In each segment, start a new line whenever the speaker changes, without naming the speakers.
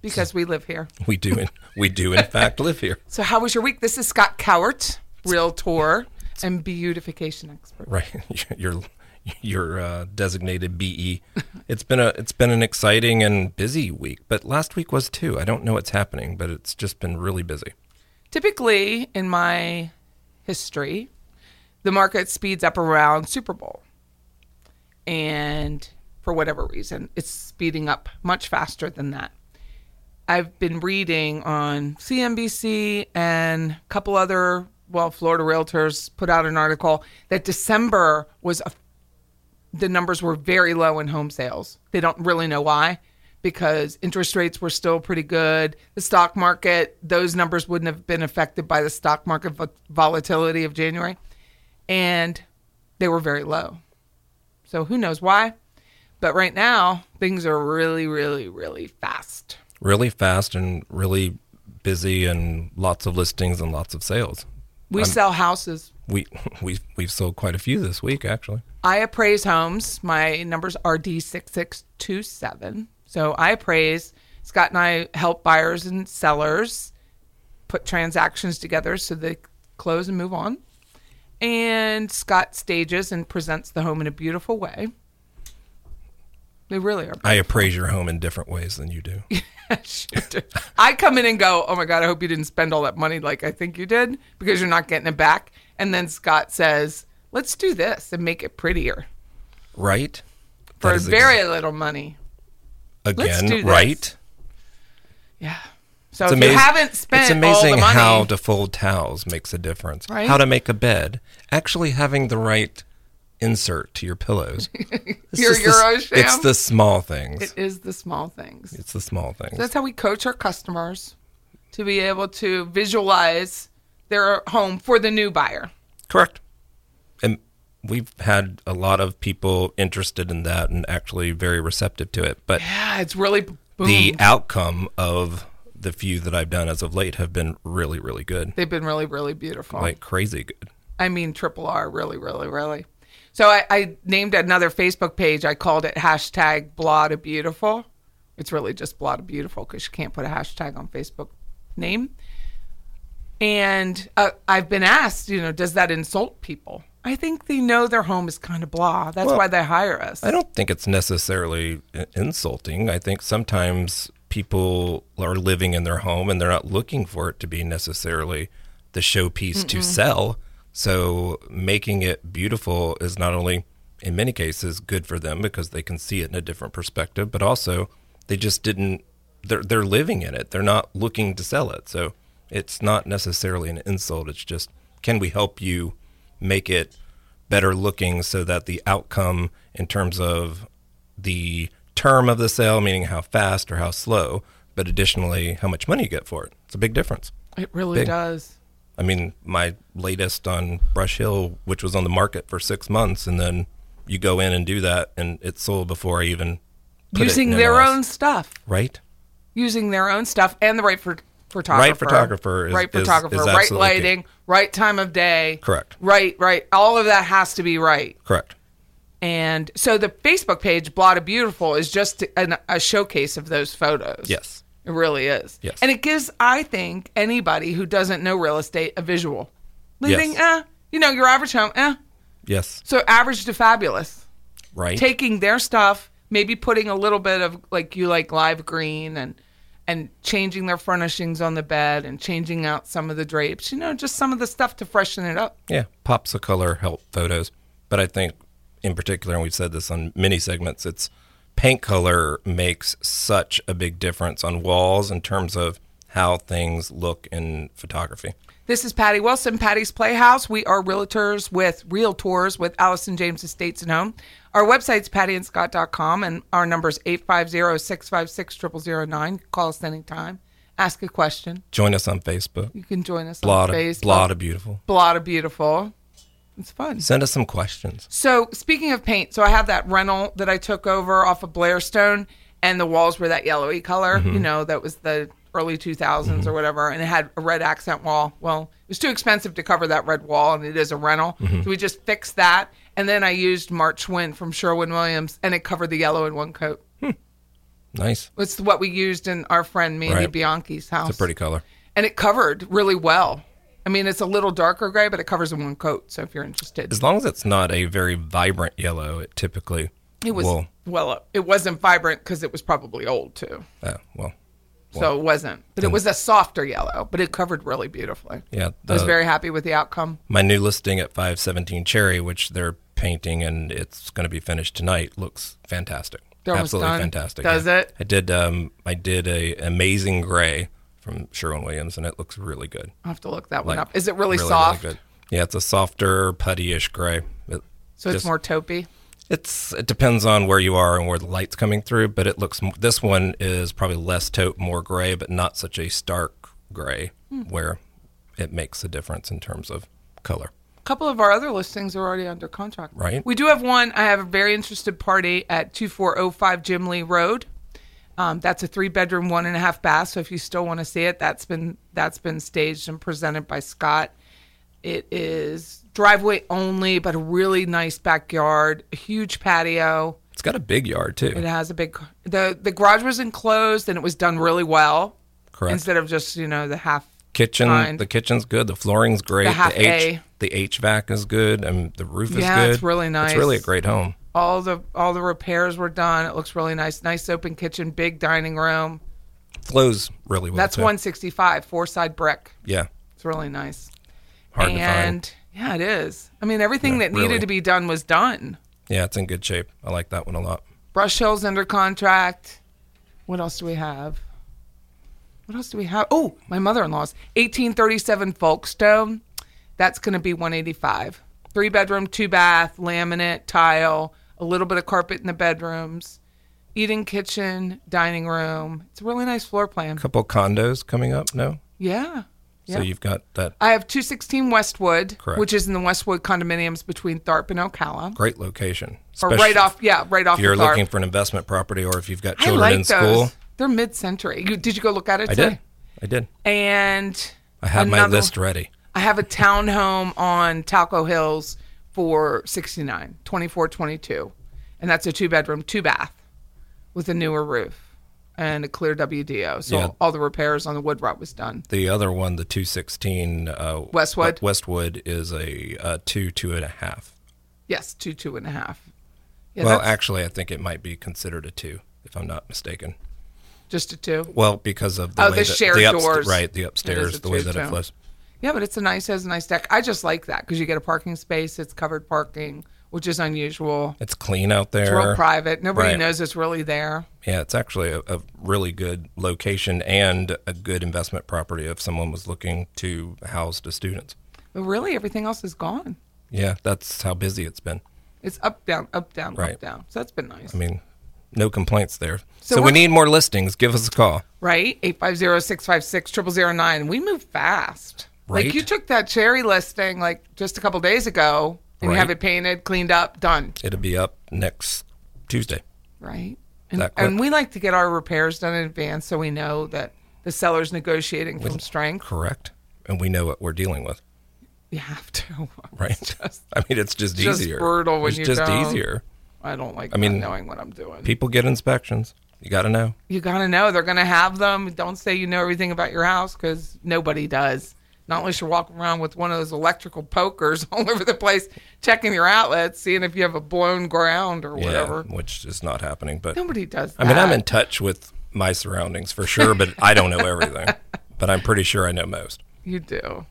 because we live here.
We do, in, we do in fact, live here.
So, how was your week? This is Scott Cowart, realtor and beautification expert.
Right. Your, your uh, designated BE. It's been, a, it's been an exciting and busy week, but last week was too. I don't know what's happening, but it's just been really busy.
Typically, in my history, the market speeds up around Super Bowl. And for whatever reason, it's speeding up much faster than that. I've been reading on CNBC and a couple other, well, Florida realtors put out an article that December was a the numbers were very low in home sales. They don't really know why because interest rates were still pretty good. The stock market, those numbers wouldn't have been affected by the stock market vo- volatility of January. And they were very low. So who knows why? But right now, things are really, really, really fast.
Really fast and really busy, and lots of listings and lots of sales.
We sell houses.
We, we, we've sold quite a few this week, actually.
I appraise homes. My numbers are D6627. So I appraise. Scott and I help buyers and sellers put transactions together so they close and move on. And Scott stages and presents the home in a beautiful way. They really are.
I appraise your home in different ways than you do.
I come in and go, oh my God, I hope you didn't spend all that money like I think you did because you're not getting it back. And then Scott says, let's do this and make it prettier
right?
for
That is ex-
very little money.
again,
let's do this.
right?
Yeah. So
It's
if you haven't spent
it's amazing
all the money,
how to fold towels makes a difference.
Right?
How to make a bed. Actually having the right insert to your pillows. It's
Your
just the s-
Eurosham?
It's the small things.
it is the small things.
it's the small things.
That's how we coach our customers to be able to visualize their home for the new buyer.
Correct. And we've had a lot of people interested in that and actually very receptive to it. But
Yeah, it's really boom.
the outcome of the few that I've done as of late have been really, really good.
They've been really, really beautiful.
Like crazy good.
I mean, triple R, really, really, really. So I, I named another Facebook page. I called it hashtag Blah to Beautiful. It's really just Blah to Beautiful because you can't put a hashtag on Facebook name. And uh, I've been asked, you know, does that insult people? I think they know their home is kind of blah. That's why they hire us.
I don't think it's necessarily i- insulting. I think sometimes people are living in their home and they're not looking for it to be necessarily the showpiece to sell. So making it beautiful is not only in many cases good for them because they can see it in a different perspective, but also they just didn't they're they're living in it. They're not looking to sell it. So it's not necessarily an insult. It's just can we help you make it better looking so that the outcome in terms of the term of the sale, meaning how fast or how slow, but additionally how much money you get for it. It's a big difference.
It really
Big.
does.
I mean, my latest on Brush Hill, which was on the market for six months, and then you go in and do that, and it's sold before I even put it
Using
in
their
MLS.
own stuff,
right.
using their own stuff, and the right for photographer,
photographer is-
right
is- is
photographer, right
absolutely key.
lighting, right time of day,
Correct.
right, right. All of that has to be right.
Correct.
And so the Facebook page, Blot of Beautiful, is just an, a showcase of those photos.
Yes.
It really is.
Yes.
And it gives, I think, anybody who doesn't know real estate a visual. Living,
Yes.
eh, you know, your average home, eh.
Yes.
So average to fabulous.
Right.
Taking their stuff, maybe putting a little bit of like you like live green and and changing their furnishings on the bed and changing out some of the drapes, you know, just some of the stuff to freshen it up.
Yeah, pops of color help photos, but I think in particular, and we've said this on many segments, it's paint color makes such a big difference on walls in terms of how things look in photography.
This is Patty Wilson, Patty's Playhouse. We are realtors with Realtors with Allison James Estates and Home. Our website's pattyandscott.com and our number is 850-656-0009. Call us anytime. Ask a question.
Join us on Facebook.
You can join us
Blot
on
of,
Facebook.
blot of beautiful.
Blot of beautiful. It's fun.
Send us some questions.
So speaking of paint, so I have that rental that I took over off of Blairstone, and the walls were that yellowy color. You
Mm-hmm.
know, that was the early 2000s or whatever, and it had a red accent wall. Well, it was too expensive to cover that red wall, and it is a rental,
Mm-hmm.
so we just fixed that. And then I used March Wind from Sherwin Williams, and it covered the yellow in one coat.
Nice.
It's what we used in our friend Mandy
Right.
Bianchi's house.
It's a pretty color.
and it covered really well. I mean, it's a little darker gray, but it covers in one coat. So if you're interested,
As long as it's not a very vibrant yellow, it typically
It was
will.
well. It wasn't vibrant because it was probably old too,
Uh, well,
so it wasn't. But it was a softer yellow, but it covered really beautifully.
yeah.
I was
the-
very happy with the outcome.
my new listing at 517 Cherry, which they're painting and it's going to be finished tonight, looks fantastic.
They're almost
Absolutely
done?
fantastic.
Does
Yeah.
it?
I did. Um, I did a amazing gray from Sherwin Williams, and it looks really good.
I will have to look that one
Like,
up. Oh Is it really, soft?
Yeah, it's a softer puttyish gray. It
so it's
just-
more taupey.
It's it depends on where you are and where the light's coming through, but it looks m- this one is probably less taupe, more gray, but not such a stark gray
Hmm.
where it makes a difference in terms of color.
A couple of our other listings are already under contract.
Right.
We do have one. I have a very interested party at 2405 Jim Lee Road. Um, that's a three bedroom, one and a half bath. So if you still want to see it, that's been that's been staged and presented by Scott. It is driveway only, but a really nice backyard, a huge patio.
It's got a big yard too.
It has a big the the garage was enclosed and it was done really well.
Correct.
Instead of just you know the half
kitchen
Fine.
the kitchen's good the flooring's great
The half
H,
A.
the hvac is good and the roof is
Yeah,
good
it's really nice.
it's really a great home
all the all the repairs were done. It looks really nice. Nice open kitchen, big dining room.
flows really well
That's
too.
165 four side brick.
yeah
It's really nice.
hard to
and
find
yeah, it is. I mean, everything
Yeah,
that needed
really.
to be done was done.
yeah it's in good shape i like that one a lot
Brush Hill's under contract. What else do we have? What else do we have? Oh, my mother-in-law's 1837 Folkestone. That's going to be 185. Three bedroom, two bath, laminate, tile, a little bit of carpet in the bedrooms. eating kitchen, dining room. It's a really nice floor plan.
couple condos coming up. No,
Yeah. Yeah.
so you've got that
I have 216 Westwood,
Correct.
which is in the Westwood condominiums between Tharp and Ocala.
great location.
Or
especially
right off, yeah, right off
If you're
of Tharp.
looking for an investment property, or if you've got
I
children
like
in
those.
school,
They're mid-century. You, did you go look at it
I
today?
did. I did.
And
I have my
another-
list ready.
I have a townhome on Talco Hills for 69, 2422. And that's a two bedroom, two bath with a newer roof and a clear WDO. So
Yeah.
all the repairs on the wood rot was done.
The other one, the 216 uh,
Westwood?
Westwood is a uh, two, two and a half.
Yes, two, two and a half. Yeah,
well,
that's
actually, I think it might be considered a two, if I'm not mistaken.
just a two.
Well, because of the
Oh,
way
the
that,
shared
the upst-
doors.
right? The
It is
upstairs,
a
the way that
two-two.
it flows.
Yeah, but it's a nice, has a nice deck. I just like that because you get a parking space. It's covered parking, which is unusual.
It's clean out there.
It's real private. Nobody
Right.
knows it's really there.
Yeah, it's actually a, a really good location and a good investment property if someone was looking to house the students.
But really, everything else is gone.
Yeah, that's how busy it's been.
It's up, down, up, down,
Right.
up, down. So that's been nice.
I mean, no complaints there.
So
So, we
what-
need more listings. Give us a call.
right? 850-656-0009. We move fast. Like
Right.
you took that cherry listing like just a couple days ago and you have
Right.
it painted, cleaned up, done,
It'll be up next Tuesday.
right? And,
That quick.
and we like to get our repairs done in advance so we know that the seller's negotiating from strength.
Correct. And we know what we're dealing with,
You have to.
right? I mean, it's just,
just
easier.
brutal when
it's
you
just
don't.
easier.
I don't like
I mean,
not knowing what I'm doing.
People get inspections. You got to know.
you got to know they're going to have them. Don't say you know everything about your house because nobody does. Not unless you're walking around with one of those electrical pokers all over the place, checking your outlets, seeing if you have a blown ground or whatever.
Yeah, which is not happening. But
Nobody does that.
I mean, I'm in touch with my surroundings for sure, but I don't know everything. But I'm pretty sure I know most.
You do.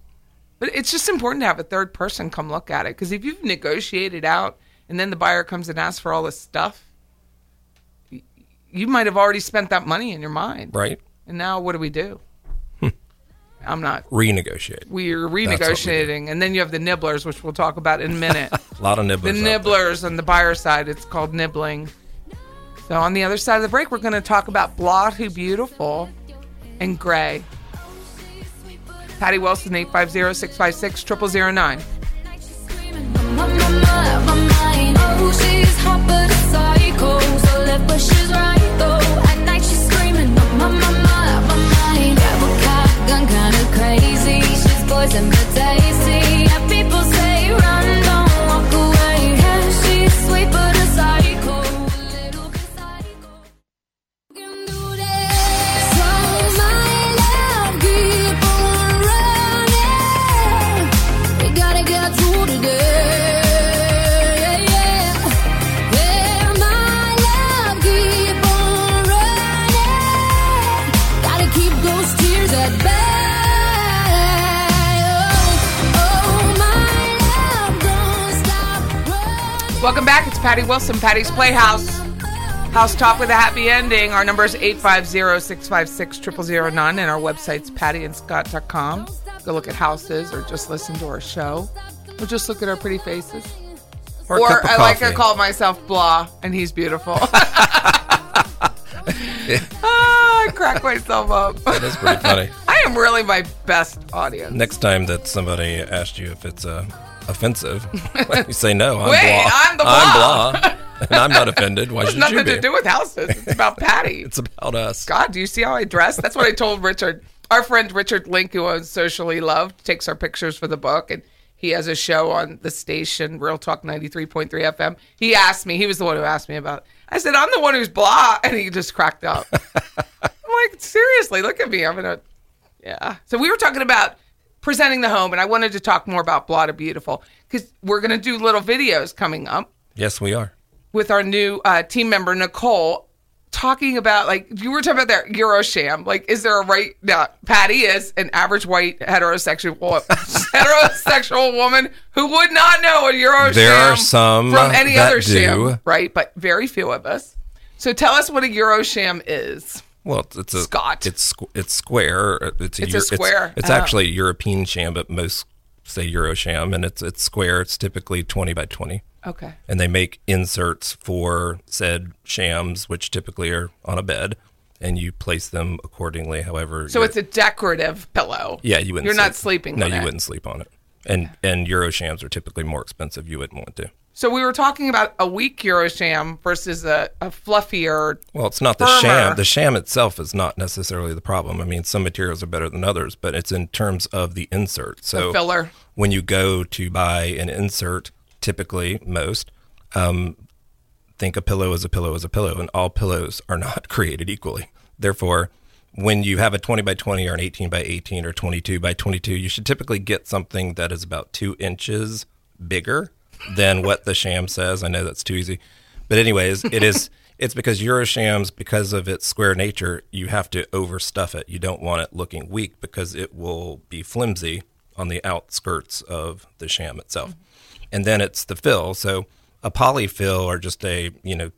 But it's just important to have a third person come look at it because if you've negotiated out and then the buyer comes and asks for all this stuff, y- you might have already spent that money in your mind.
Right? Hmm.
And now what do we do? I'm not
Renegotiate.
we're
what we
renegotiating, and then you have the nibblers, which we'll talk about in a minute.
A lot of
the
nibblers. out there.
nibblers on the buyer side, it's called nibbling. So on the other side of the break, we're going to talk about Blot Who Beautiful and Gray. Patty Wilson, 850 656 0009.
Oh,
"Oh, "Oh, Gotta get through today, yeah. Well, my love, keep on running. Gotta keep those tears at bay. Oh, oh, my love, don't stop running.
Welcome back. It's Patty Wilson, Patty's Playhouse. House Talk with a Happy Ending. Our number is 850-656-0009 and our website's pattyandscott.com. Go look at houses or just listen to our show. Or just look at our pretty faces.
Or, a
or
cup of
I like to
coffee.
call myself Blah and he's beautiful. Ah, I crack myself up.
That's pretty funny.
I am really my best audience.
Next time that somebody asked you if it's uh, offensive, you say no. I'm
Wait,
blah.
I'm the
I'm blah, and I'm not offended. Why should you
Nothing
be?
to do with houses. It's about Patty.
it's about us.
God, do you see how I dress? That's what I told Richard. Our friend Richard Link, who owns Socially Loved, takes our pictures for the book, and he has a show on the station, Real Talk 93.3 FM. He asked me, he was the one who asked me about it. I said, I'm the one who's blah, and he just cracked up. I'm like, seriously, look at me. I'm in a, yeah. So we were talking about presenting the home, and I wanted to talk more about Blah to Beautiful because we're going to do little videos coming up
Yes, we are.
with our new uh, team member Nicole talking about like you were talking about that Eurosham. Like, is there a right? Now, Patty is an average white heterosexual heterosexual woman who would not know a Eurosham.
There are some
from any
that
other sham,
do.
right? But very few of us. So tell us what a Eurosham is.
Well, it's, it's a
Scott.
It's squ- it's square.
It's
It's a,
a
Euro-
square.
It's,
Oh.
actually European sham, but most say Euro sham, and it's it's square. It's typically twenty by twenty.
Okay.
and they make inserts for said shams, which typically are on a bed, and you place them accordingly. However,
So
your-
it's a decorative pillow.
yeah, you wouldn't.
You're not
sleep-
sleeping.
No,
on
you
it.
wouldn't sleep on it. And and euro shams are typically more expensive. You wouldn't want to.
So we were talking about a weak Eurosham versus a, a fluffier.
Well, it's not the
Firmer.
sham. The sham itself is not necessarily the problem. I mean, some materials are better than others, but it's in terms of the insert. So
filler.
When you go to buy an insert, typically most um, think a pillow is a pillow is a pillow, and all pillows are not created equally. Therefore, when you have a 20 by 20 or an 18 by 18 or 22 by 22, you should typically get something that is about two inches bigger than what the sham says. I know that's too easy, but anyways, it is. It's because Euroshams, because of its square nature, you have to overstuff it. You don't want it looking weak because it will be flimsy on the outskirts of the sham itself. And then it's the fill. So a polyfill or just a, you know,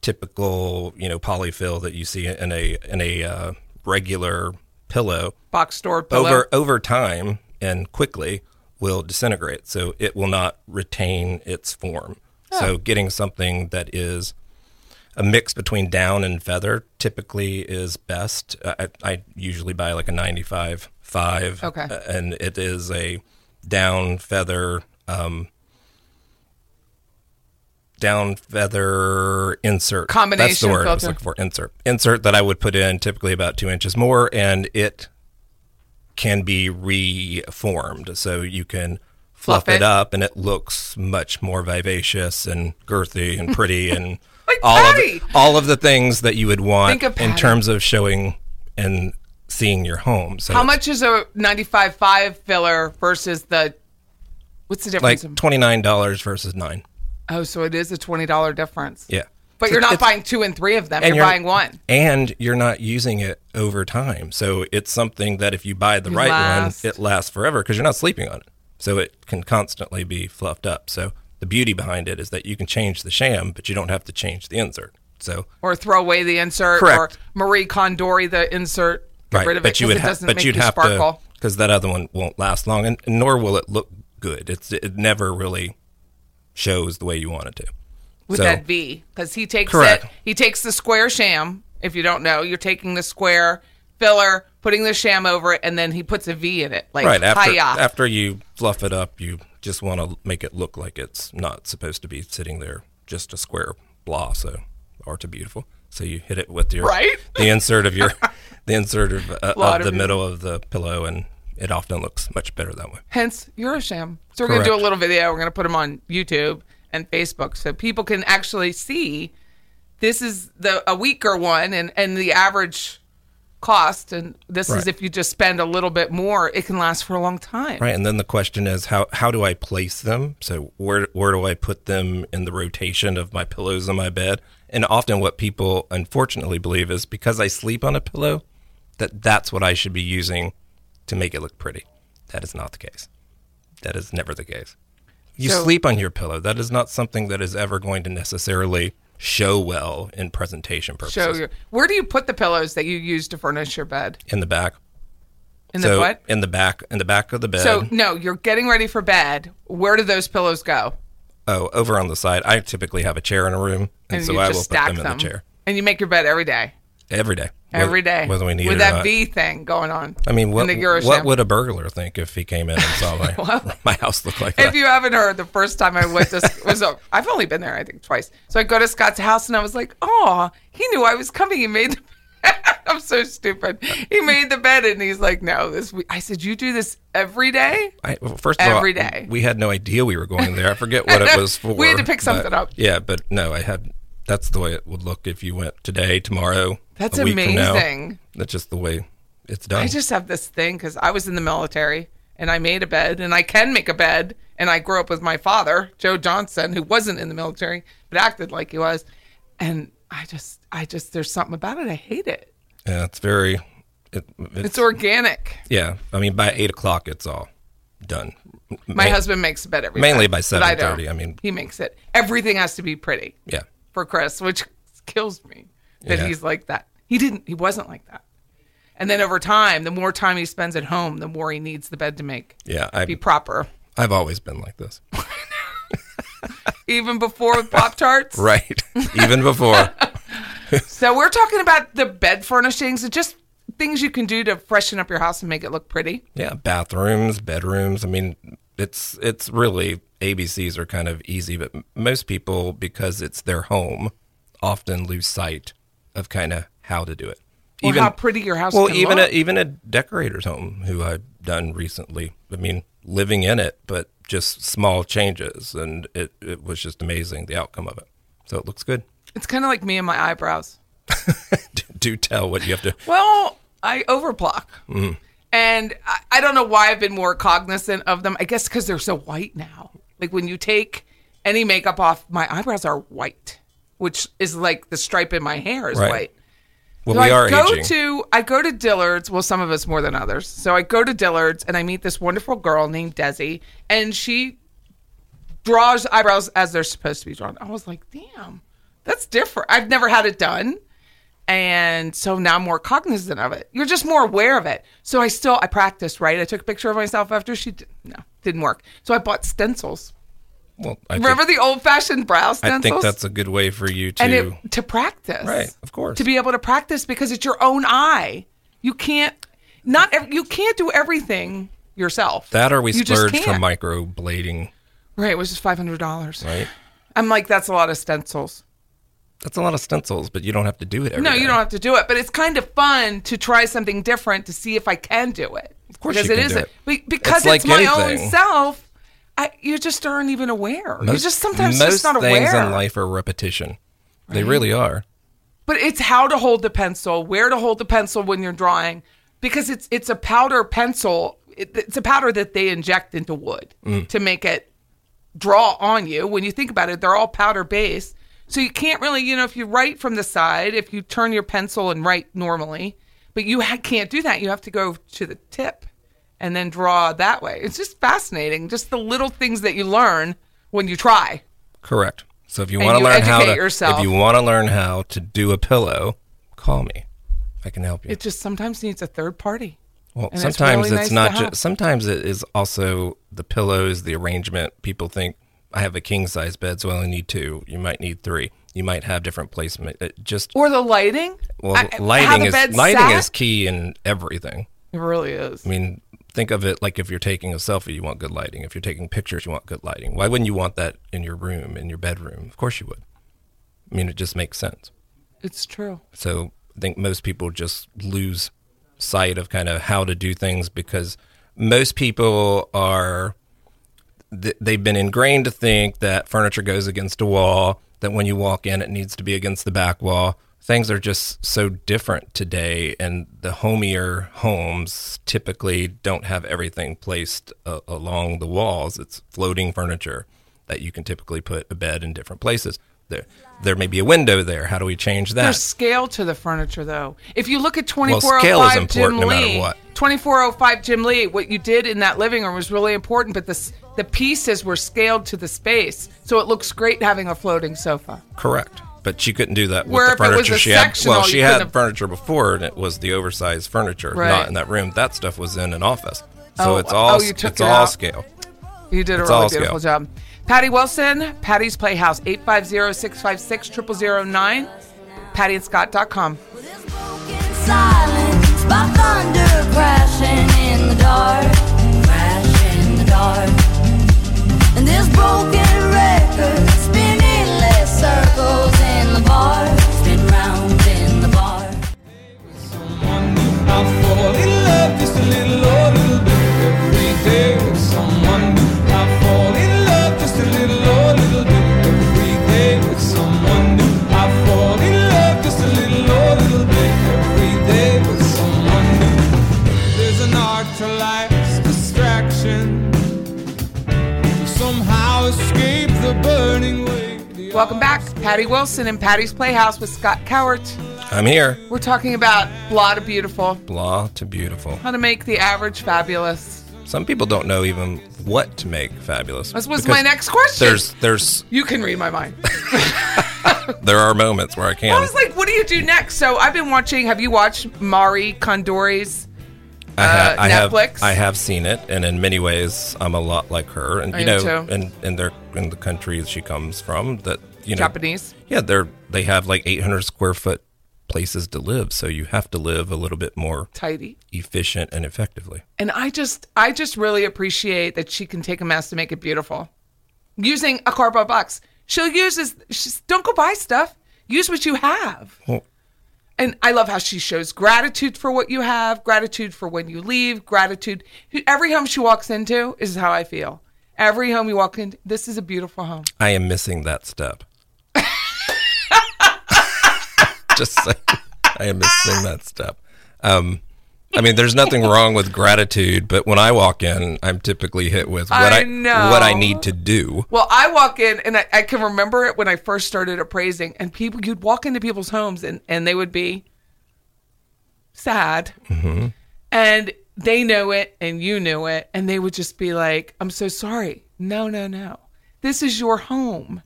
typical, you know, polyfill that you see in a in a uh, regular pillow
Box store pillow.
over over time and quickly will disintegrate. So it will not retain its form. So getting something that is a mix between down and feather typically is best. I, I I usually buy like a 95 5.
Okay.
uh, And it is a down feather um down feather insert That's
Combination
the word I was
filter.
looking for. Insert insert that I would put in typically about two inches more, and it can be reformed. So you can fluff,
Fluff it.
it. up and it looks much more vivacious and girthy and pretty and
Like
all
Patty.
of all of the things that you would want
Think of
in
Patty.
terms of showing and seeing your home. So
How
it's
much is a 95.5 filler versus the? What's the
like
difference? in-
twenty nine dollars versus nine.
oh, so it is a twenty dollar difference.
Yeah.
But
So
you're not
it's-
buying two and three of them. You're, buying one.
and you're not using it over time. So it's something that if you buy the right
last.
one, it lasts forever because you're not sleeping on it. So it can constantly be fluffed up. So the beauty behind it is that you can change the sham, but you don't have to change the insert. So
or throw away the insert
Correct.
or Marie Kondori the insert. Get rid of it
but you
'cause
would
it
have,
doesn't
but
make
you'd
you
have
sparkle.
to because that other one won't last long, and, and nor will it look good. It's it never really shows the way you want it to.
with
So-
that V because he takes
Correct.
it. He takes the square sham. If you don't know, you're taking the square filler, putting the sham over it, and then he puts a V in it. Like
right after
hiya.
after you fluff it up you just want to make it look like it's not supposed to be sitting there just a square blah so art to beautiful so you hit it with your
Right?
the insert of your the insert of, uh,
Lot
of
of
the
people.
middle of the pillow and it often looks much better that way
Hence, you're a sham. So we're going to do
Correct.
a little video. We're going to put them on YouTube and Facebook so people can actually see this is the a weaker one and and the average cost and this is
Right.
if you just spend a little bit more it can last for a long time
right and then the question is how how do i place them so where where do i put them in the rotation of my pillows on my bed and often what people unfortunately believe is because i sleep on a pillow that that's what i should be using to make it look pretty that is not the case that is never the case you
So-
sleep on your pillow that is not something that is ever going to necessarily show well in presentation purposes
show your where do you put the pillows that you use to furnish your bed
in the back
in
so
the what
in the back in the back of the bed
So no, you're getting ready for bed. Where do those pillows go?
Oh, over on the side. I typically have a chair in a room, and, so
you
I will put them, in the chair
And you make your bed every day.
every day.
Every
whether-
day.
whether we need
with
it or
that
not.
V thing going on.
I mean, what
in the Euro
what
sham.
would a burglar think if he came in and saw my my house look like
if
that?
you haven't heard, the first time I went to was a, I've only been there I think twice. So I go to Scott's house and I was like, oh, he knew I was coming. He made the I'm so stupid. He made the bed and he's like, no, this. We-. I said, you do this every day.
I, well, first of all,
Every day.
we had no idea we were going there. I forget what it was for.
We had to pick
but-
something up.
Yeah, but no, I had. That's the way it would look if you went today, tomorrow.
That's
a week from now.
amazing.
That's just the way it's done.
I just have this thing because I was in the military and I made a bed and I can make a bed. And I grew up with my father, Joe Johnson, who wasn't in the military but acted like he was. And I just, I just, there's something about it. I hate it.
yeah, it's very. It, it's,
It's organic.
yeah. I mean, by eight o'clock, it's all done.
My
Ma-
husband makes a bed every
mainly
night,
by
but I don't.
7:30, I mean-
he makes it. Everything has to be pretty
Yeah.
for Chris, which kills me that
Yeah.
he's like that. He didn't. He wasn't like that. And then over time, the more time he spends at home, the more he needs the bed to make
Yeah. I,
be proper.
I've always been like this.
even before Pop Tarts.
right. Even before.
So we're talking about the bed furnishings and just things you can do to freshen up your house and make it look pretty.
Yeah, bathrooms, bedrooms. I mean, it's it's really ABCs are kind of easy, but m- most people because it's their home often lose sight of kind of how to do it.
Or how pretty your house
Well,
can
even
look.
a, even a decorator's home who I've done recently. I mean, living in it, but just small changes, and it it was just amazing the outcome of it. So it looks good.
It's kind of like me and my eyebrows.
do tell what you have to.
Well, I overblock. And I, I don't know why I've been more cognizant of them. I guess because they're so white now. Like when you take any makeup off, my eyebrows are white, which is like the stripe in my hair is
Right.
white.
Well,
So
we
I
are
go
aging.
to I go to Dillard's. Well, some of us more than others. So I go to Dillard's and I meet this wonderful girl named Desi, and she draws eyebrows as they're supposed to be drawn. I was like, damn, that's different. I've never had it done, and so now I'm more cognizant of it. You're just more aware of it. So I still I practiced. Right, I took a picture of myself after she did, no didn't work. So I bought stencils.
well, I think,
Remember the old fashioned brow
I
stencils?
think that's a good way for you to.
and it, to practice
Right, of course.
to be able to practice because it's your own eye you can't not ev- you can't do everything yourself
That or we
You just
splurge for
can't.
microblading,
right it was just $500
right?
i'm like that's a lot of stencils
That's a lot of stencils, but you don't have to do it every
no
day.
you don't have to do it but it's kind of fun to try something different to see if i can do it of
course
because
you can
it
do
isn't
it.
Be- because it's,
It's like
my own
anything.
self I, you just aren't even aware you're just sometimes
most
just not
things
aware
in life are repetition. They really are.
But it's how to hold the pencil, where to hold the pencil when you're drawing, because it's it's a powder pencil. It, it's a powder that they inject into wood to make it draw on you. When you think about it, they're all powder based, so you can't really, you know, if you write from the side, if you turn your pencil and write normally, but you ha- can't do that. You have to go to the tip and then draw that way. It's just fascinating, just the little things that you learn when you try.
Correct. So if you
And
want
you
to learn how
educate
to,
yourself.
if you want to learn how to do a pillow, call me. I can help you.
It just sometimes needs a third party.
well,
and it's
sometimes
really nice
it's,
to
not
have.
just. Sometimes it is also the pillows, the arrangement. People think I have a king size bed, so I only need two. You might need three. You might have different placement. It just
or the lighting.
well,
I- I- how
lighting
the
is
bed's
lighting
sat,
is Mm. key in everything.
It really is.
I mean, think of it like if you're taking a selfie, you want good lighting. If you're taking pictures, you want good lighting. Why wouldn't you want that in your room, in your bedroom? Of course you would. I mean, it just makes sense.
It's true.
So I think most people just lose sight of kind of how to do things because most people are th- they've been ingrained to think that furniture goes against a wall, that when you walk in it needs to be against the back wall. Things are just so different today and the homier homes typically don't have everything placed uh, along the walls. It's floating furniture that you can typically put a bed in different places. There, there may be a window there. How do we change that?
There's scale to the furniture, though. If you look at
scale is
2405 Jim
important no matter
Lee,
what.
2405 Jim Lee, what you did in that living room was really important, but the s- the pieces were scaled to the space, so it looks great having a floating sofa.
Correct. But she couldn't do that with
Where
the
if it was
furniture
a
she had.
sectional,
Well,
you
she
couldn't
had
have-
furniture before, and it was the oversized furniture,
Right.
not in that room. That stuff was in an office. So
Oh,
it's
oh,
all
you took
it's
it
all
out.
scale.
You did a
It's
really
all scale.
beautiful job. Patty Wilson, Patty's Playhouse, 850-656-0009, pattyandscott.com.
There's broken silence by thunder crashing in the dark, crashing in the dark. And there's broken records spinning less circles in the bar, spin round in the bar.
Someone new. I fall in love just a little or little bit every day with someone new. I fall in love just a little or little bit every day with someone new. I fall in love just a little or little bit every day with someone new. There's an art to life's distraction. You somehow escape the burning weight. The
Welcome back, Patty Wilson and Patty's Playhouse with Scott Cowart.
I'm here.
We're talking about blah to beautiful,
Blah to beautiful.
how to make the average fabulous.
Some people don't know even what to make fabulous.
This was
because
my next question.
There's there's
you can read my mind.
there are moments where I can.
I was like, what do you do next? So I've been watching. Have you watched Mari Kondori's
I, ha-
Uh,
I have
Netflix?
I have seen it, and in many ways, I'm a lot like her. And
I
you
am
know,
Oh, too.
and in their in the country she comes from, that you know,
Japanese.
Yeah, they're they have like 800 square foot places to live, so you have to live a little bit more
Tidy.
efficient and effectively.
And I just I just really appreciate that she can take a mess to make it beautiful. Using a cardboard box. She'll use this she's don't go buy stuff. Use what you have.
Well-
and I love how she shows gratitude for what you have, gratitude for when you leave, gratitude. Every home she walks into is how I feel. Every home you walk into, this is a beautiful home.
I am missing that step. Just saying, I am missing that step. Um, I mean, there's nothing wrong with gratitude, but when I walk in, I'm typically hit with what I,
I know.
what I need to do.
Well, I walk in and I, I can remember it when I first started appraising, and people, you'd walk into people's homes and, and they would be sad. And they know it and you knew it. And they would just be like, I'm so sorry. No, no, no. This is your home.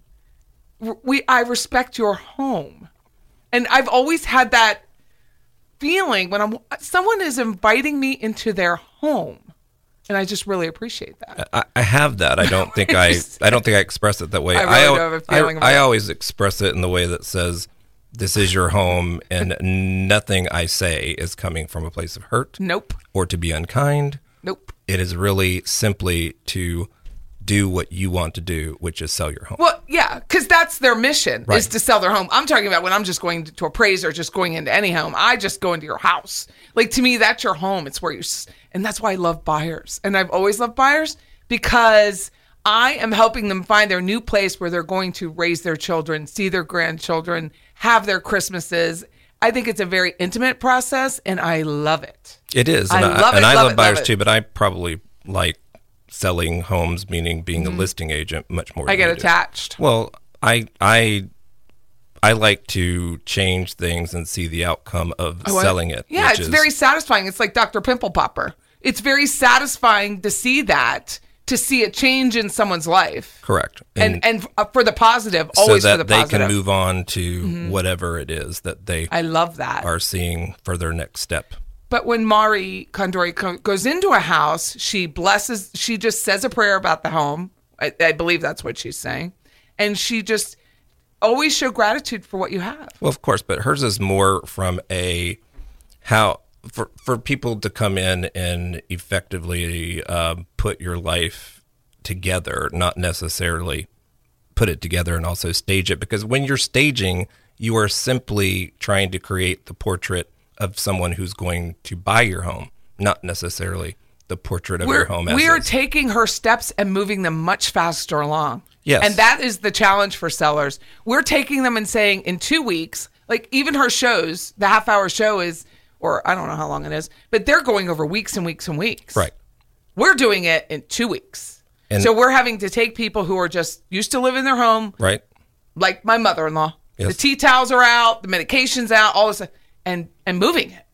R- We, I respect your home. And I've always had that feeling when I'm someone is inviting me into their home. And I just really appreciate that.
I, I have that. I don't think I. I don't think I express it that way.
I really
al-
don't have a feeling
I-
about
I
it.
always express it in the way that says, "This is your home," and nothing I say is coming from a place of hurt
Nope.
or to be unkind.
Nope.
It is really simply to do what you want to do, which is sell your home.
Well, yeah, because that's their mission
Right.
is to sell their home. I'm talking about when I'm just going to appraise or just going into any home. I just go into your house. Like to me, that's your home. It's where you, s- and that's why I love buyers. And I've always loved buyers because I am helping them find their new place where they're going to raise their children, see their grandchildren, have their Christmases. I think it's a very intimate process, and I love it.
It is,
I
and
love it,
and I
love
love,
it, love
buyers
it.
too. But I probably like selling homes, meaning being a listing agent, much more.
Mm-hmm. I
than
get
you do.
attached.
Well, I I I like to change things and see the outcome of
Oh, I-
selling it.
Yeah,
which
it's
is-
very satisfying. It's like Dr. Pimple Popper. It's very satisfying to see that, to see a change in someone's life.
correct,
And and uh, for the positive, always
so that
for the
they
positive. Mm-hmm.
can move on to whatever it is that they
I love that.
are seeing for their next step.
But when Mari Kondori co- goes into a house, she blesses, she just says a prayer about the home. I, I believe that's what she's saying. And she just always show gratitude for what you have.
Well, of course, but hers is more from a how for for people to come in and effectively um, put your life together, not necessarily put it together and also stage it. Because when you're staging, you are simply trying to create the portrait of someone who's going to buy your home, not necessarily the portrait of your home. As
we're
is.
taking her steps and moving them much faster along.
Yes.
And that is the challenge for sellers. We're taking them and saying in two weeks, like even her shows, the half hour show is, or I don't know how long it is, but they're going over weeks and weeks and weeks.
right.
We're doing it in two weeks.
And-
so we're having to take people who are just used to live in their home,
Right.
like my mother in law.
Yes.
The tea towels are out, the medication's out, all this, and and moving it,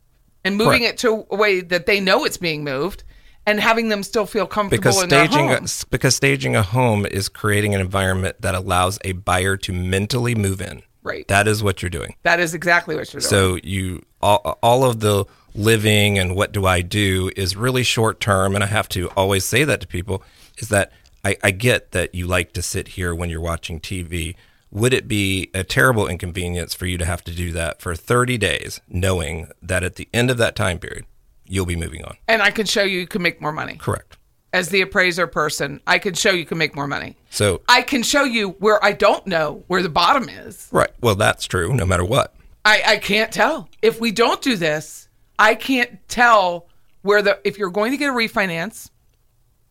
and moving
Correct.
it to a way that they know it's being moved, and having them still feel comfortable
because
in their
staging
home.
a, s- because staging a home is creating an environment that allows a buyer to mentally move in.
Right.
That is what you're doing.
that is exactly what you're doing.
So you all, all of the living and what do I do is really short term, and I have to always say that to people is that I, I get that you like to sit here when you're watching TV. Would it be a terrible inconvenience for you to have to do that for 30 days, knowing that at the end of that time period, you'll be moving on?
and I can show you you can make more money
Correct.
as the appraiser person. I can show you can make more money.
So
I can show you where I don't know where the bottom is.
right. Well, that's true. No matter what.
I, I can't tell. If we don't do this, I can't tell where the if you're going to get a refinance,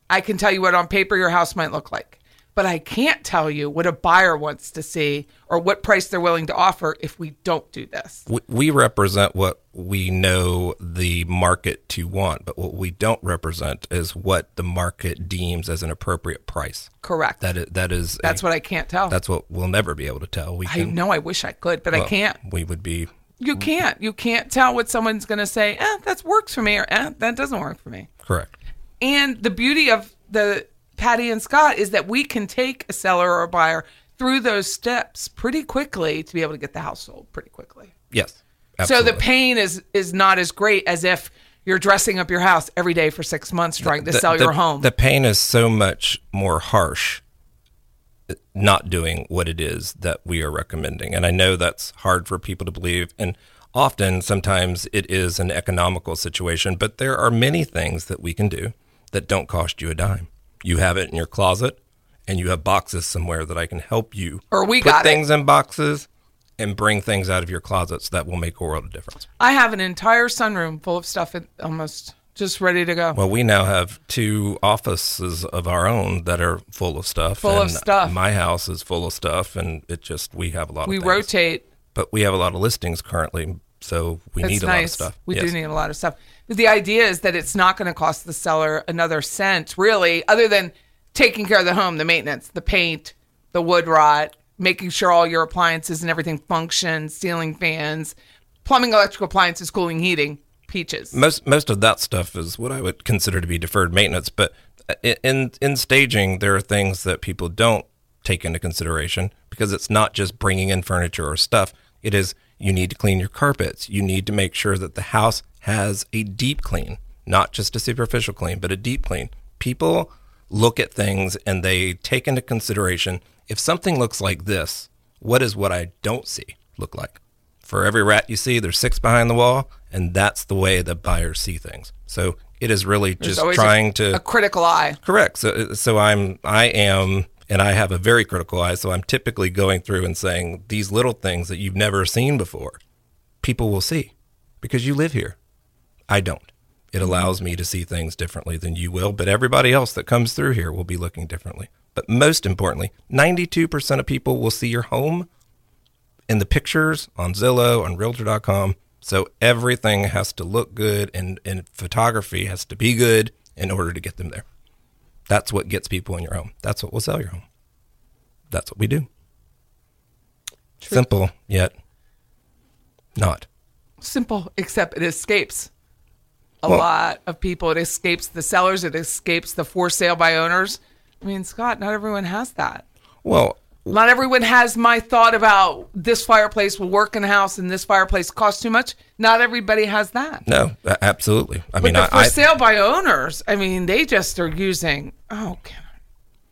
I can tell you what on paper your house might look like. But I can't tell you what a buyer wants to see or what price they're willing to offer if we don't do this.
we, we represent what we know the market to want, but what we don't represent is what the market deems as an appropriate price.
Correct.
That is, that is
That's what I can't tell.
that's what we'll never be able to tell. We
I
can,
know I wish I could, but I
well, mm.
can't.
We would be
You can't. You can't tell what someone's going to say, eh, that works for me, or eh, that doesn't work for me.
correct.
And the beauty of the Patty and Scott is that we can take a seller or a buyer through those steps pretty quickly to be able to get the house sold pretty quickly.
Yes.
So the pain is is not as great as if You're dressing up your house every day for six months trying to
the-
sell
the-
your home.
The pain is so much more harsh uh, not doing what it is that we are recommending. And I know that's hard for people to believe. And often, sometimes it is an economical situation, but there are many things that we can do that don't cost you a dime. You have it in your closet and you have boxes somewhere that I can help you.
Or we
put
got it.
things in boxes and bring things out of your closets that will make a world of difference.
I have an entire sunroom full of stuff in, almost just ready to go.
Well, we now have two offices of our own that are full of stuff.
Full of
and
stuff.
My house is full of stuff, and it just we have a lot.
we
of things.
rotate.
but we have a lot of listings currently, so we
That's
need a
nice.
lot of stuff.
We
Yes.
do need a lot of stuff. But the idea is that it's not going to cost the seller another cent, really, other than taking care of the home, the maintenance, the paint, the wood rot, making sure all your appliances and everything function, ceiling fans, plumbing, electrical appliances, cooling, heating, peaches.
most most of that stuff is what I would consider to be deferred maintenance. But uh, i- in in staging, there are things that people don't take into consideration because it's not just bringing in furniture or stuff. It is you need to clean your carpets. You need to make sure that the house has a deep clean, not just a superficial clean, but a deep clean. People look at things and they take into consideration if something looks like this, what is what I don't see look like? For every rat you see, there's six behind the wall, and that's the way that buyers see things. So it is really
There's
just
always a-
trying to
a critical eye.
correct. So uh, so I'm I am and I have a very critical eye, so I'm typically going through and saying these little things that you've never seen before, people will see because you live here. I don't. It allows me to see things differently than you will, but everybody else that comes through here will be looking differently. But most importantly, 92% of people will see your home in the pictures on Zillow, on Realtor.com. So everything has to look good and, and photography has to be good in order to get them there. That's what gets people in your home. That's what will sell your home. That's what we do. Simple yet not.
Simple, except it escapes a
Well-
lot of people. It escapes the sellers. It escapes the for sale by owners. I mean, Scott, not everyone has that.
Well,
Not everyone has my thought about this fireplace will work in a house and this fireplace costs too much. Not everybody has that.
no, a- absolutely. I mean,
but
I,
the for
I
sale by owners, I mean, they just are using, oh, can I,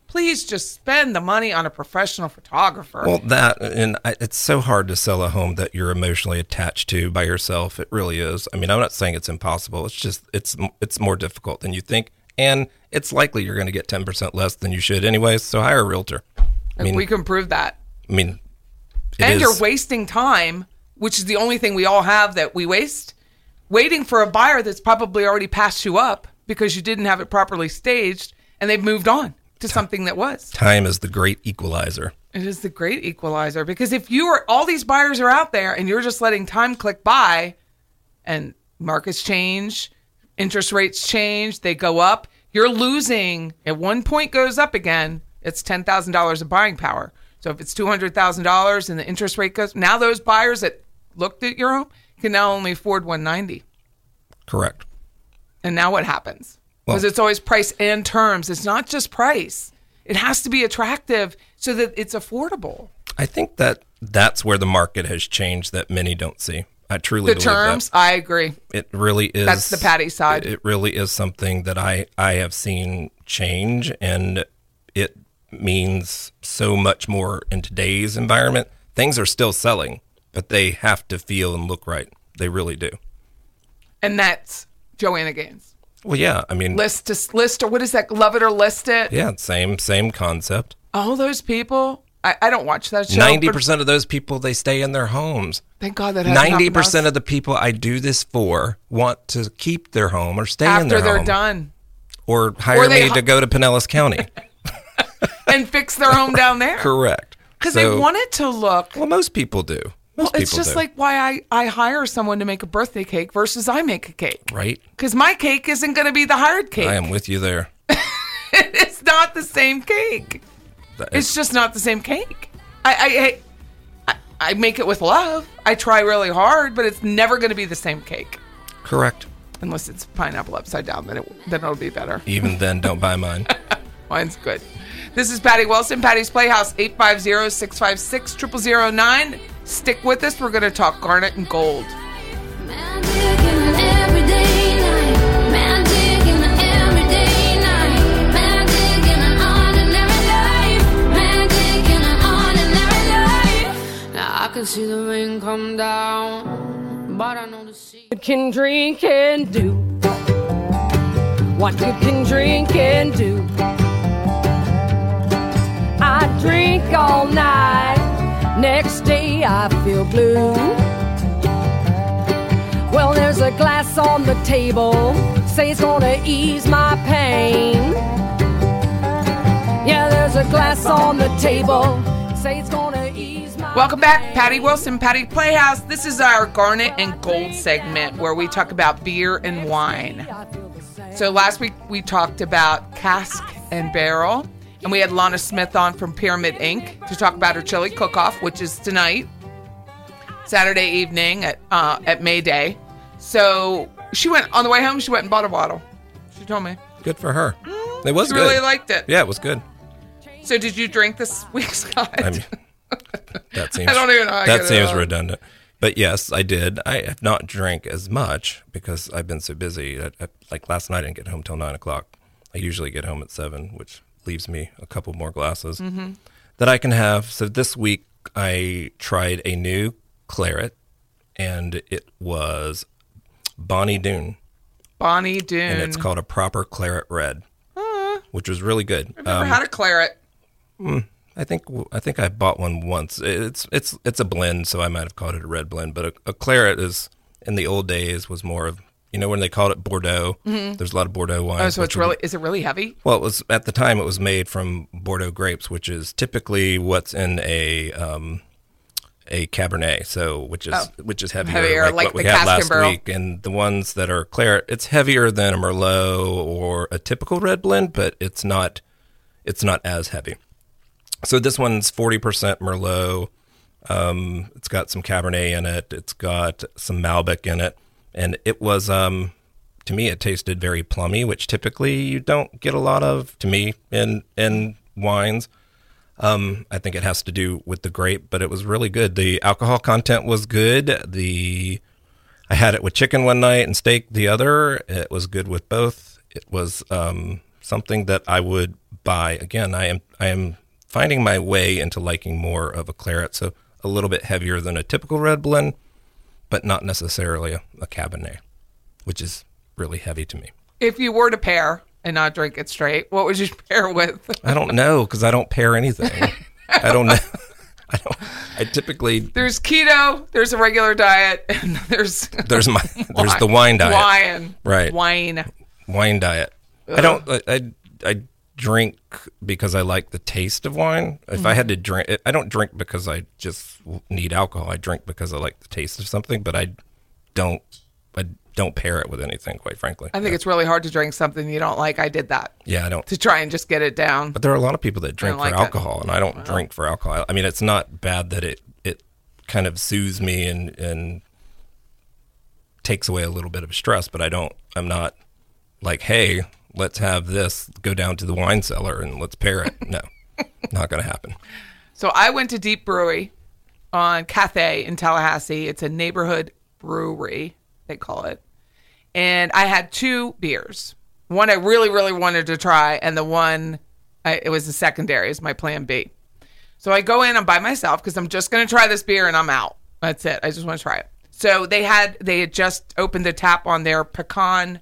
please just spend the money on a professional photographer.
well that and I, it's so hard to sell a home that you're emotionally attached to by yourself. It really is. I mean, I'm not saying it's impossible. It's just it's it's more difficult than you think, and it's likely you're going to get 10 percent less than you should anyway. So hire a realtor. I mean,
we can prove that.
I mean, it
and you're
is-
wasting time, which is the only thing we all have that we waste, waiting for a buyer that's probably already passed you up because you didn't have it properly staged and they've moved on to something that was.
time is the great equalizer.
It is the great equalizer because if you are all these buyers are out there and you're just letting time click by and markets change, interest rates change, they go up, you're losing. At one point goes up again, it's $10,000 of buying power. So if it's $200,000 and the interest rate goes, now those buyers that looked at your home can now only afford 190.
Correct.
And now what happens? Because
Well-
it's always price and terms. It's not just price. It has to be attractive so that it's affordable.
I think that that's where the market has changed that many don't see. I truly
the
believe
terms
that.
i agree
It really is.
That's the Patty side.
It really is something that I I have seen change, and it means so much more in today's environment. Things are still selling, but they have to feel and look right. They really do.
and that's joanna gaines
Well, yeah. I mean,
list to list or what is that love it or list it
yeah. Same same concept.
all those people I, I don't watch that show but
Ninety percent of those people they stay in their homes.
thank god that hasn't
Ninety
happened
percent
to us
of the people I do this for want to keep their home or stay in
after
their
they're
home,
done
or hire
they
me
hi-
to go to Pinellas County.
and fix their home down there
Correct.
because
So-
they want it to look
Well, most people do. Most
it's
people
just
do.
like why I, I hire someone to make a birthday cake versus i make a cake
right.
because my cake isn't going to be the hired cake
I am with you there.
it's not the same cake
That is-
It's just not the same cake. I I, I, I make it with love. I try really hard, but it's never going to be the same cake
correct.
unless it's pineapple upside down. Then it then it'll be better.
Even then, don't buy mine.
Mine's good. This is Patty Wilson, Patty's Playhouse, 850-656-0009. Stick with us. We're going to talk garnet and gold.
Magic in an everyday night.
come down, but I know the secret can drink and do. What you can drink and do. I drink all night. Next day I feel blue. Well, there's a glass on the table. Say it's gonna ease my pain. Yeah, there's a glass on the table. Say it's gonna ease my
Welcome back,
pain.
Patty Wilson, Patty Playhouse. This is our Garnet and Gold segment where we talk about beer and wine.
I feel the same.
So last week we talked about cask and barrel, and we had Lana Smith on from Pyramid Inc. to talk about her chili cook-off, which is tonight, Saturday evening at uh, at May Day. So she went on the way home. She went and bought a bottle. She told me
Good for her. It was
Mm-hmm. she
good.
really liked it.
yeah, it was good.
So did you drink this week, Scott?
I mean, that seems
don't even know how I
that
get it
seems
out.
redundant. But yes, I did. I have not drank as much because I've been so busy. I, I, like last night, I didn't get home till nine o'clock. I usually get home at seven, which leaves me a couple more glasses
Mm-hmm.
that I can have. So this week, I tried a new claret, and it was Bonnie Doon,
Bonnie Doon.
and it's um, called a proper claret red, which was really good.
Never had a claret.
I think I think I bought one once. It's it's it's a blend, so I might have called it a red blend. But a, a claret is in the old days was more of you know when they called it Bordeaux. There's a lot of Bordeaux wines.
Oh, so
which
it's
were-
really is it really heavy?
well. It was at the time it was made from Bordeaux grapes, which is typically what's in a um, a Cabernet. So which is which is heavier,
Oh. Heavier, like
what we
the
had
cask and
last
barrel.
week. And the ones that are claret, it's heavier than a Merlot or a typical red blend, but it's not it's not as heavy. So this one's forty percent Merlot. Um, it's got some Cabernet in it. It's got some Malbec in it, and it was um, to me it tasted very plummy, which typically you don't get a lot of to me in in wines. Um, I think it has to do with the grape, but it was really good. The alcohol content was good. The I had it with chicken one night and steak the other. It was good with both. It was um, something that I would buy again. I am I am finding my way into liking more of a claret, so a little bit heavier than a typical red blend, but not necessarily a, a cabernet, which is really heavy to me.
If you were to pair and not drink it straight, what would you pair with?
I don't know because I don't pair anything. I don't know. I don't. I typically
There's keto, there's a regular diet, and there's
there's my there's the wine diet.
Wine.
Right.
Wine.
wine diet. I don't. I, I I drink because I like the taste of wine. If
Mm.
I had to drink, I don't drink because I just need alcohol. I drink because I like the taste of something. But I don't. I don't pair it with anything. Quite frankly,
I think it's really hard to drink something you don't like. I did that
yeah, I don't.
to try and just get it down.
But there are a lot of people that drink for
like it.
alcohol, and I don't drink for alcohol. I mean, it's not bad that it it kind of soothes me and and takes away a little bit of stress, but I don't. I'm not like, hey, let's have this go down to the wine cellar and let's pair it. No, not going to happen.
So I went to Deep Brewery on Cathay in Tallahassee. It's a neighborhood brewery, they call it. And I had two beers. One I really, really wanted to try, and the one I, it was the secondary is my plan B. So I go in, I'm by myself because I'm just going to try this beer and I'm out. That's it. I just want to try it. So they had they had just opened the tap on their pecan,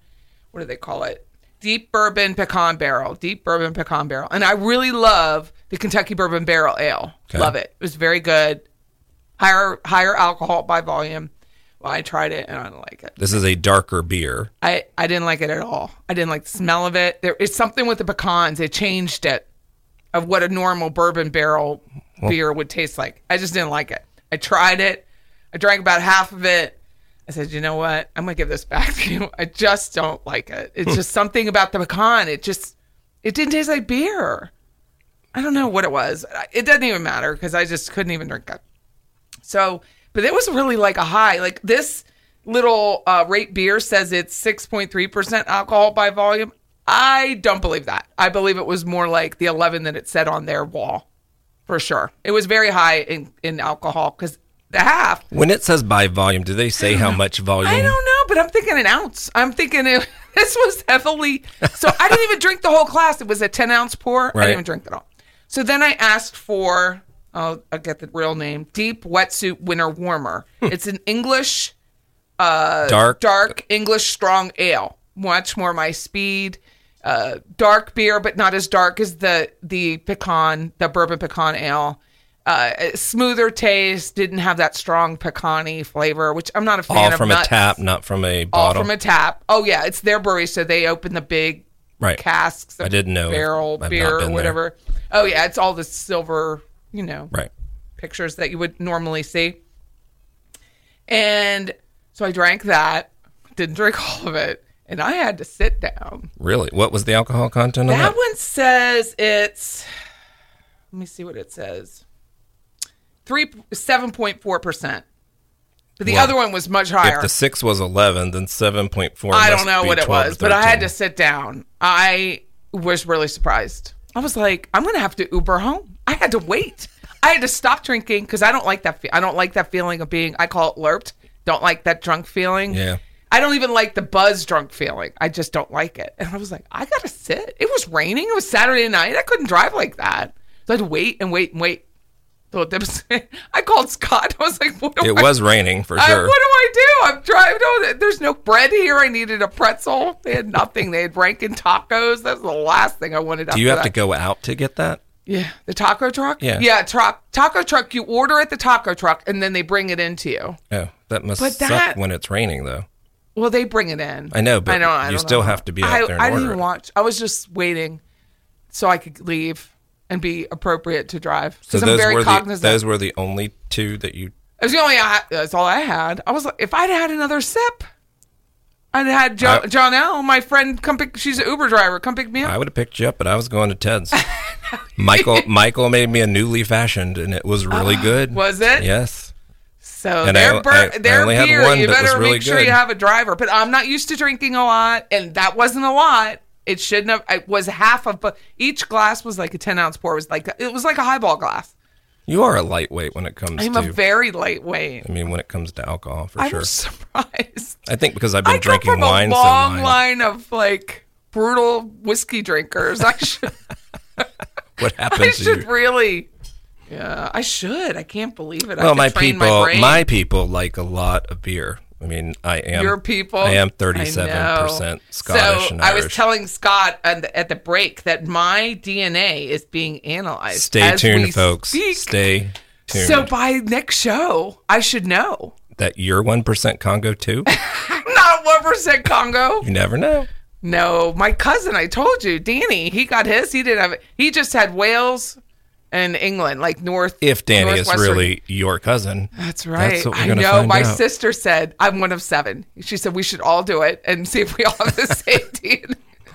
what do they call it? Deep bourbon pecan barrel, deep bourbon pecan barrel, and I really love the Kentucky bourbon barrel ale.
Okay.
Love it. It was very good, higher higher alcohol by volume. Well, I tried it and I don't like it.
This is a darker beer.
I, I didn't like it at all. I didn't like the smell of it. There is something with the pecans. They changed it of what a normal bourbon barrel beer would taste like. I just didn't like it. I tried it. I drank about half of it. I said, you know what? I'm gonna give this back to you. I just don't like it. It's just something about the pecan. It just it didn't taste like beer. I don't know what it was. I- It doesn't even matter because I just couldn't even drink it. So, but it was really like a high. Like this little uh, rate beer says it's 6.3% alcohol by volume. I don't believe that. I believe it was more like the 11 that it said on their wall for sure. It was very high in, in alcohol because the half,
When it says by volume, do they say how much volume?
I don't know, but I'm thinking an ounce. I'm thinking it, this was heavily. So I didn't even drink the whole glass. It was a 10 ounce pour. I
Right.
didn't even drink it all. So then I asked for I'll, I'll get the real name. Deep wetsuit winter warmer.
Hmm.
It's an English uh,
Dark.
dark English strong ale. Much more my speed. Uh, dark beer, but not as dark as the the pecan, the bourbon pecan ale. Uh, a smoother taste. Didn't have that strong pecany flavor, which I'm not a fan
all
of.
from
nuts.
a tap, not from a
All
bottle.
from a tap. Oh yeah, it's their brewery, so they open the big
right.
casks. Of
I didn't know.
barrel
I've not
beer
been
or
there.
whatever. Oh yeah, it's all the silver, you know,
Right.
pictures that you would normally see. And so I drank that, didn't drink all of it, and I had to sit down.
Really? What was the alcohol content of
That
that?
one says it's let me see what it says. Three seven point four percent. But the
Wow.
other one was much higher.
If the six was eleven, then seven point four.
I don't know what it was, but I had to sit down. I was really surprised. I was like, I'm going to have to Uber home. I had to wait. I had to stop drinking because I don't like that. Fe- I don't like that feeling of being. I call it lurped. Don't like that drunk feeling.
Yeah.
I don't even like the buzz drunk feeling. I just don't like it. And I was like, I gotta sit. It was raining. It was Saturday night. I couldn't drive like that. So I had to wait and wait and wait. So it was- I called Scott. I was like, what do
It
I
was raining for
I-
sure.
what do I do? I'm driving. No, there's no bread here. I needed a pretzel. They had nothing. They had Rankin tacos. That's the last thing I wanted.
Do you have to go out to get that?
Yeah, the taco truck.
Yeah.
yeah, truck taco truck. You order at the taco truck, and then they bring it in to you.
Oh, that must
But
suck
that-
when it's raining, though.
Well, they bring it in.
I know, but you still have to be out
I,
there and
I didn't
order it.
watch. I was just waiting so I could leave and be appropriate to drive
So
because I'm
those
very
were the,
cognizant.
those were the only two that you.
It was the only. I, that's all I had. I was like, if I'd had another sip, I'd had jo-
I-
John L. My friend, come pick. She's an Uber driver. Come pick me up.
I would have picked you up, but I was going to Ted's. Michael Michael made me a newly fashioned, and it was really good.
Ah, was it?
Yes.
so
and
their
I-
bur-
I- I
their
only had
beer.
one
you
that was
better
really
make sure you
good.
have a driver. But I'm not used to drinking a lot, and that wasn't a lot. It shouldn't have. It was half of. But each glass was like a 10 ounce pour. It was like it was like a highball glass.
You are a lightweight when it comes
I'm
to.
a very lightweight.
I mean, when it comes to alcohol, for
I'm
sure.
surprised.
I think because I've been
I
drinking
come from
wine
a
so
long
long.
line of like brutal whiskey drinkers. I should,
What
I
happened to
should
you?
really. Yeah, I should. I can't believe it. I have
Well,
to
my
train
people,
my,
my,
brain.
people like a lot of beer. I mean, I am
your people.
I am
know.
thirty-seven percent Scottish
So
and
I
Irish.
was telling Scott at the, at the break that my DNA is being analyzed.
Stay
as
tuned,
we
folks.
speak.
Stay tuned.
So by next show, I should know.
that you're one percent Congo too.
I'm not one percent Congo.
You never know.
No, my cousin, I told you, Danny, he got his. He didn't have He just had Wales and England, like North.
If Danny is
Northwestern.
really your cousin,
That's right.
That's what we're
I
gonna
know.
find
my
out.
sister said, I'm one of seven. She said, we should all do it and see if we all have the same DNA.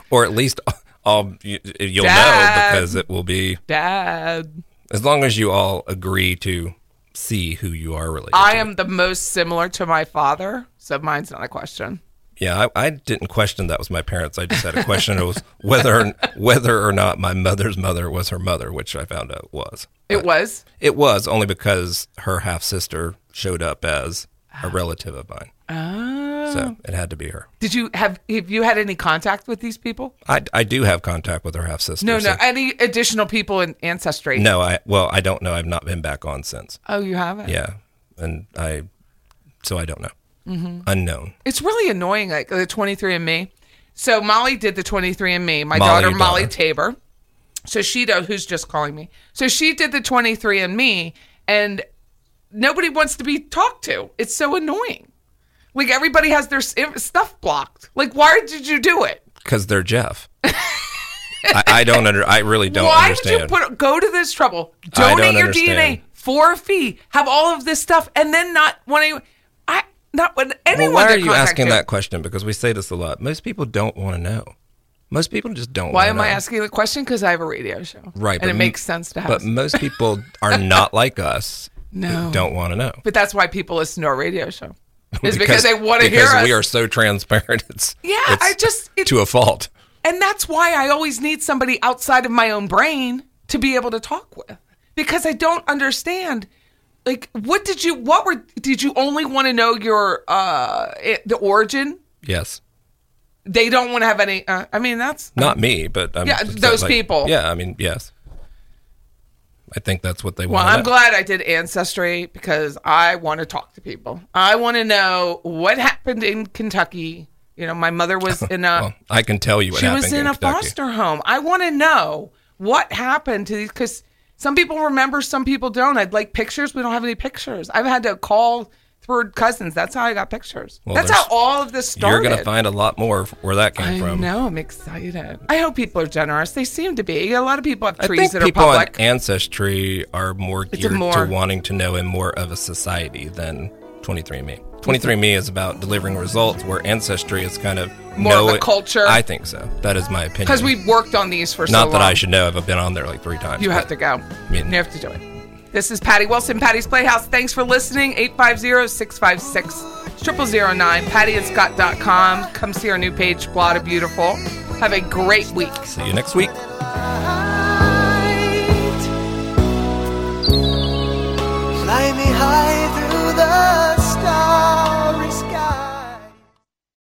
or at least all you, you'll
Dad.
know because it will be
Dad.
as long as you all agree to see who you are related.
I
to.
am the most similar to my father, so mine's not a question.
Yeah, I, I didn't question that was my parents. I just had a question. it was whether whether or not my mother's mother was her mother, which I found out was.
It was.
It was only because her half sister showed up as a relative of mine. Oh. So it had to be her.
Did you have, have you had any contact with these people?
I, I do have contact with her half sister.
No,
so-
no. Any additional people in ancestry?
No, I well, I don't know. I've not been back on since.
Oh, you haven't?
Yeah, and I, so I don't know.
Mm-hmm.
Unknown.
it's really annoying like the 23andme so molly did the 23andme my
Molly,
daughter
your
molly
daughter.
tabor so she does who's just calling me so she did the 23andme and nobody wants to be talked to it's so annoying like everybody has their s- stuff blocked like why did you do it
Because they're Jeff. I, I don't under. I really don't
why did
understand.
you put go to this trouble
I
donate
don't
your
understand.
dna for a fee have all of this stuff and then not want to i not when
well,
anyone
why
to
are you
contact
asking that question? Because we say this a lot. Most people don't want to know. Most people just don't.
Why
wanna
am I
know.
asking the question? Because I have a radio show,
Right,
And
but
it
m-
makes sense to have.
But most people are not like us. who
No.
don't want to know.
But that's why people listen to our radio show, is because, they want to hear
because
us.
we are so transparent. It's
Yeah,
it's
I just- it-
to a fault.
and that's why I always need somebody outside of my own brain to be able to talk with, because I don't understand. Like, what did you? What were? Did you only want to know your uh it, the origin?
Yes.
They don't want to have any. Uh, I mean, that's
Not me, but I'm
Yeah,
just
those
like-
people.
Yeah, I mean, yes. I think that's what they
Well,
want.
I'm glad I did Ancestry because I want to talk to people. I want to know what happened in Kentucky. You know, my mother was in a
Well, I can tell you what
she
happened
was in, a
Kentucky.
foster home. I want to know what happened to these because some people remember, some people don't. I'd like pictures. We don't have any pictures. I've had to call third cousins. That's how I got pictures.
Well,
That's
there's-
how all of this started.
You're going to find a lot more where that came
I
from.
know. I'm excited. I hope people are generous. They seem to be. A lot of people have
I
trees
think
that are
people on
public.
Ancestry are more
a
geared
more-
to wanting to know and more of a society than 23andMe. 23andMe is about delivering results, where Ancestry is kind of
More of
know
a
it-
culture.
I think so. That is my opinion.
Because we've worked on these for so
not
long.
that I should know. I've been on there like three times.
You have to
but-
go.
mean-
you have to do it. This is Patty Wilson, Patty's Playhouse. Thanks for listening. 850-656-0009. PattyandScott.com. Come see our new page, Blot of Beautiful. Have a great week.
See you next week.
Fly me high through the